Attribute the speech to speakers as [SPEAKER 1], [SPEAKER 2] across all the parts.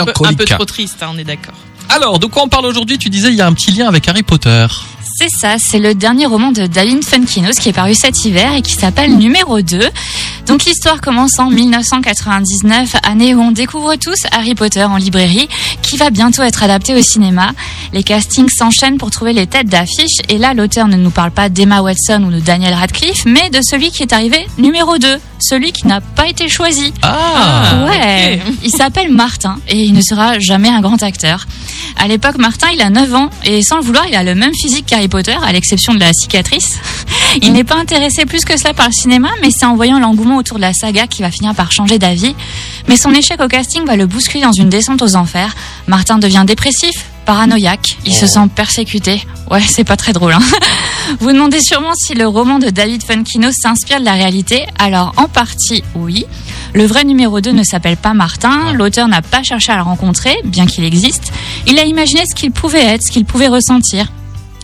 [SPEAKER 1] Un peu, un peu
[SPEAKER 2] Chronique.
[SPEAKER 1] trop triste, hein, on est d'accord.
[SPEAKER 2] Alors, de quoi on parle aujourd'hui Tu disais il y a un petit lien avec Harry Potter.
[SPEAKER 3] C'est ça, c'est le dernier roman de David Funkinos qui est paru cet hiver et qui s'appelle Numéro 2. Donc l'histoire commence en 1999, année où on découvre tous Harry Potter en librairie, qui va bientôt être adapté au cinéma. Les castings s'enchaînent pour trouver les têtes d'affiche, et là l'auteur ne nous parle pas d'Emma Watson ou de Daniel Radcliffe, mais de celui qui est arrivé numéro 2, celui qui n'a pas été choisi.
[SPEAKER 2] Ah,
[SPEAKER 3] Ouais, il s'appelle Martin et il ne sera jamais un grand acteur. À l'époque, Martin, il a 9 ans et sans le vouloir, il a le même physique qu'Harry Potter, à l'exception de la cicatrice. Il n'est pas intéressé plus que cela par le cinéma, mais c'est en voyant l'engouement autour de la saga qu'il va finir par changer d'avis. Mais son échec au casting va le bousculer dans une descente aux enfers. Martin devient dépressif, paranoïaque, il se sent persécuté. Ouais, c'est pas très drôle, hein. Vous demandez sûrement si le roman de David Funkino s'inspire de la réalité. Alors, en partie, oui. Le vrai numéro 2 ne s'appelle pas Martin. L'auteur n'a pas cherché à le rencontrer, bien qu'il existe. Il a imaginé ce qu'il pouvait être, ce qu'il pouvait ressentir.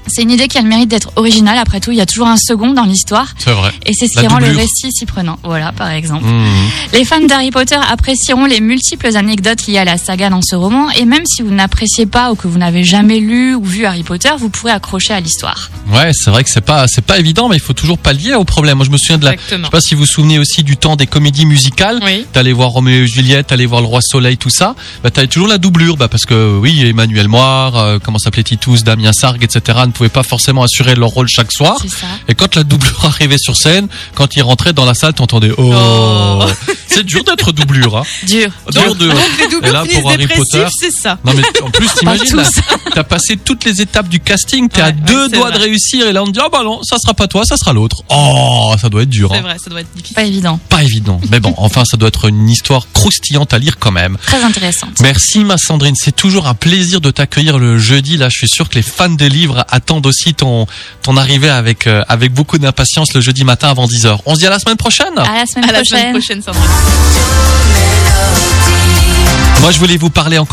[SPEAKER 3] C'est une idée qui a le mérite d'être originale. Après tout, il y a toujours un second dans l'histoire.
[SPEAKER 2] c'est vrai.
[SPEAKER 3] Et c'est ce
[SPEAKER 2] La
[SPEAKER 3] qui rend le
[SPEAKER 2] doublure.
[SPEAKER 3] récit si prenant. Voilà, par exemple.
[SPEAKER 2] Mmh.
[SPEAKER 3] Les fans d'Harry Potter apprécieront les multiples anecdotes liées à la saga dans ce roman, et même si vous n'appréciez pas ou que vous n'avez jamais lu ou vu Harry Potter, vous pourrez accrocher à l'histoire.
[SPEAKER 2] Ouais, c'est vrai que c'est pas, c'est pas évident, mais il faut toujours pallier au problème. Moi, je me souviens de la. Je
[SPEAKER 1] Exactement.
[SPEAKER 2] sais pas si vous vous souvenez aussi du temps des comédies musicales.
[SPEAKER 1] Oui.
[SPEAKER 2] T'allais voir Roméo et Juliette, t'allais voir Le Roi Soleil, tout ça. Bah, t'avais toujours la doublure, bah, parce que oui, Emmanuel Moir, euh, comment s'appelait-il tous, Damien Sargue, etc., ne pouvaient pas forcément assurer leur rôle chaque soir.
[SPEAKER 3] C'est ça.
[SPEAKER 2] Et quand la doublure arrivait sur scène, quand ils rentraient dans la salle, t'entendais oh.
[SPEAKER 1] Oh.
[SPEAKER 2] C'est dur d'être doublure, hein.
[SPEAKER 3] Dur.
[SPEAKER 2] Dur de.
[SPEAKER 1] Les doubles
[SPEAKER 2] Et là,
[SPEAKER 1] finissent
[SPEAKER 2] pour Harry
[SPEAKER 1] dépressifs,
[SPEAKER 2] Potter-
[SPEAKER 1] c'est ça.
[SPEAKER 2] Non mais en plus t'imagines
[SPEAKER 3] tous.
[SPEAKER 2] là, t'as passé toutes les étapes du casting, t'es
[SPEAKER 1] Ouais,
[SPEAKER 2] à
[SPEAKER 1] ouais,
[SPEAKER 2] deux
[SPEAKER 1] c'est
[SPEAKER 2] doigts
[SPEAKER 1] vrai.
[SPEAKER 2] de réussir et là on te dit ah bah non ça sera pas toi ça sera l'autre. Oh ça doit être dur,
[SPEAKER 1] C'est
[SPEAKER 2] hein.
[SPEAKER 1] vrai, ça doit être difficile.
[SPEAKER 3] Pas évident.
[SPEAKER 2] pas évident. Mais bon enfin ça doit être une histoire croustillante à lire quand même.
[SPEAKER 3] Très intéressante.
[SPEAKER 2] Merci ma Sandrine, c'est toujours un plaisir de t'accueillir le jeudi là. Je suis sûr que les fans de livres attendent aussi ton ton arrivée avec euh, avec beaucoup d'impatience le jeudi matin avant 10 h On se dit à la semaine prochaine.
[SPEAKER 1] Ah.
[SPEAKER 3] À la semaine
[SPEAKER 1] À la
[SPEAKER 3] prochaine.
[SPEAKER 1] semaine prochaine, Sandra.
[SPEAKER 2] Moi je voulais vous parler encore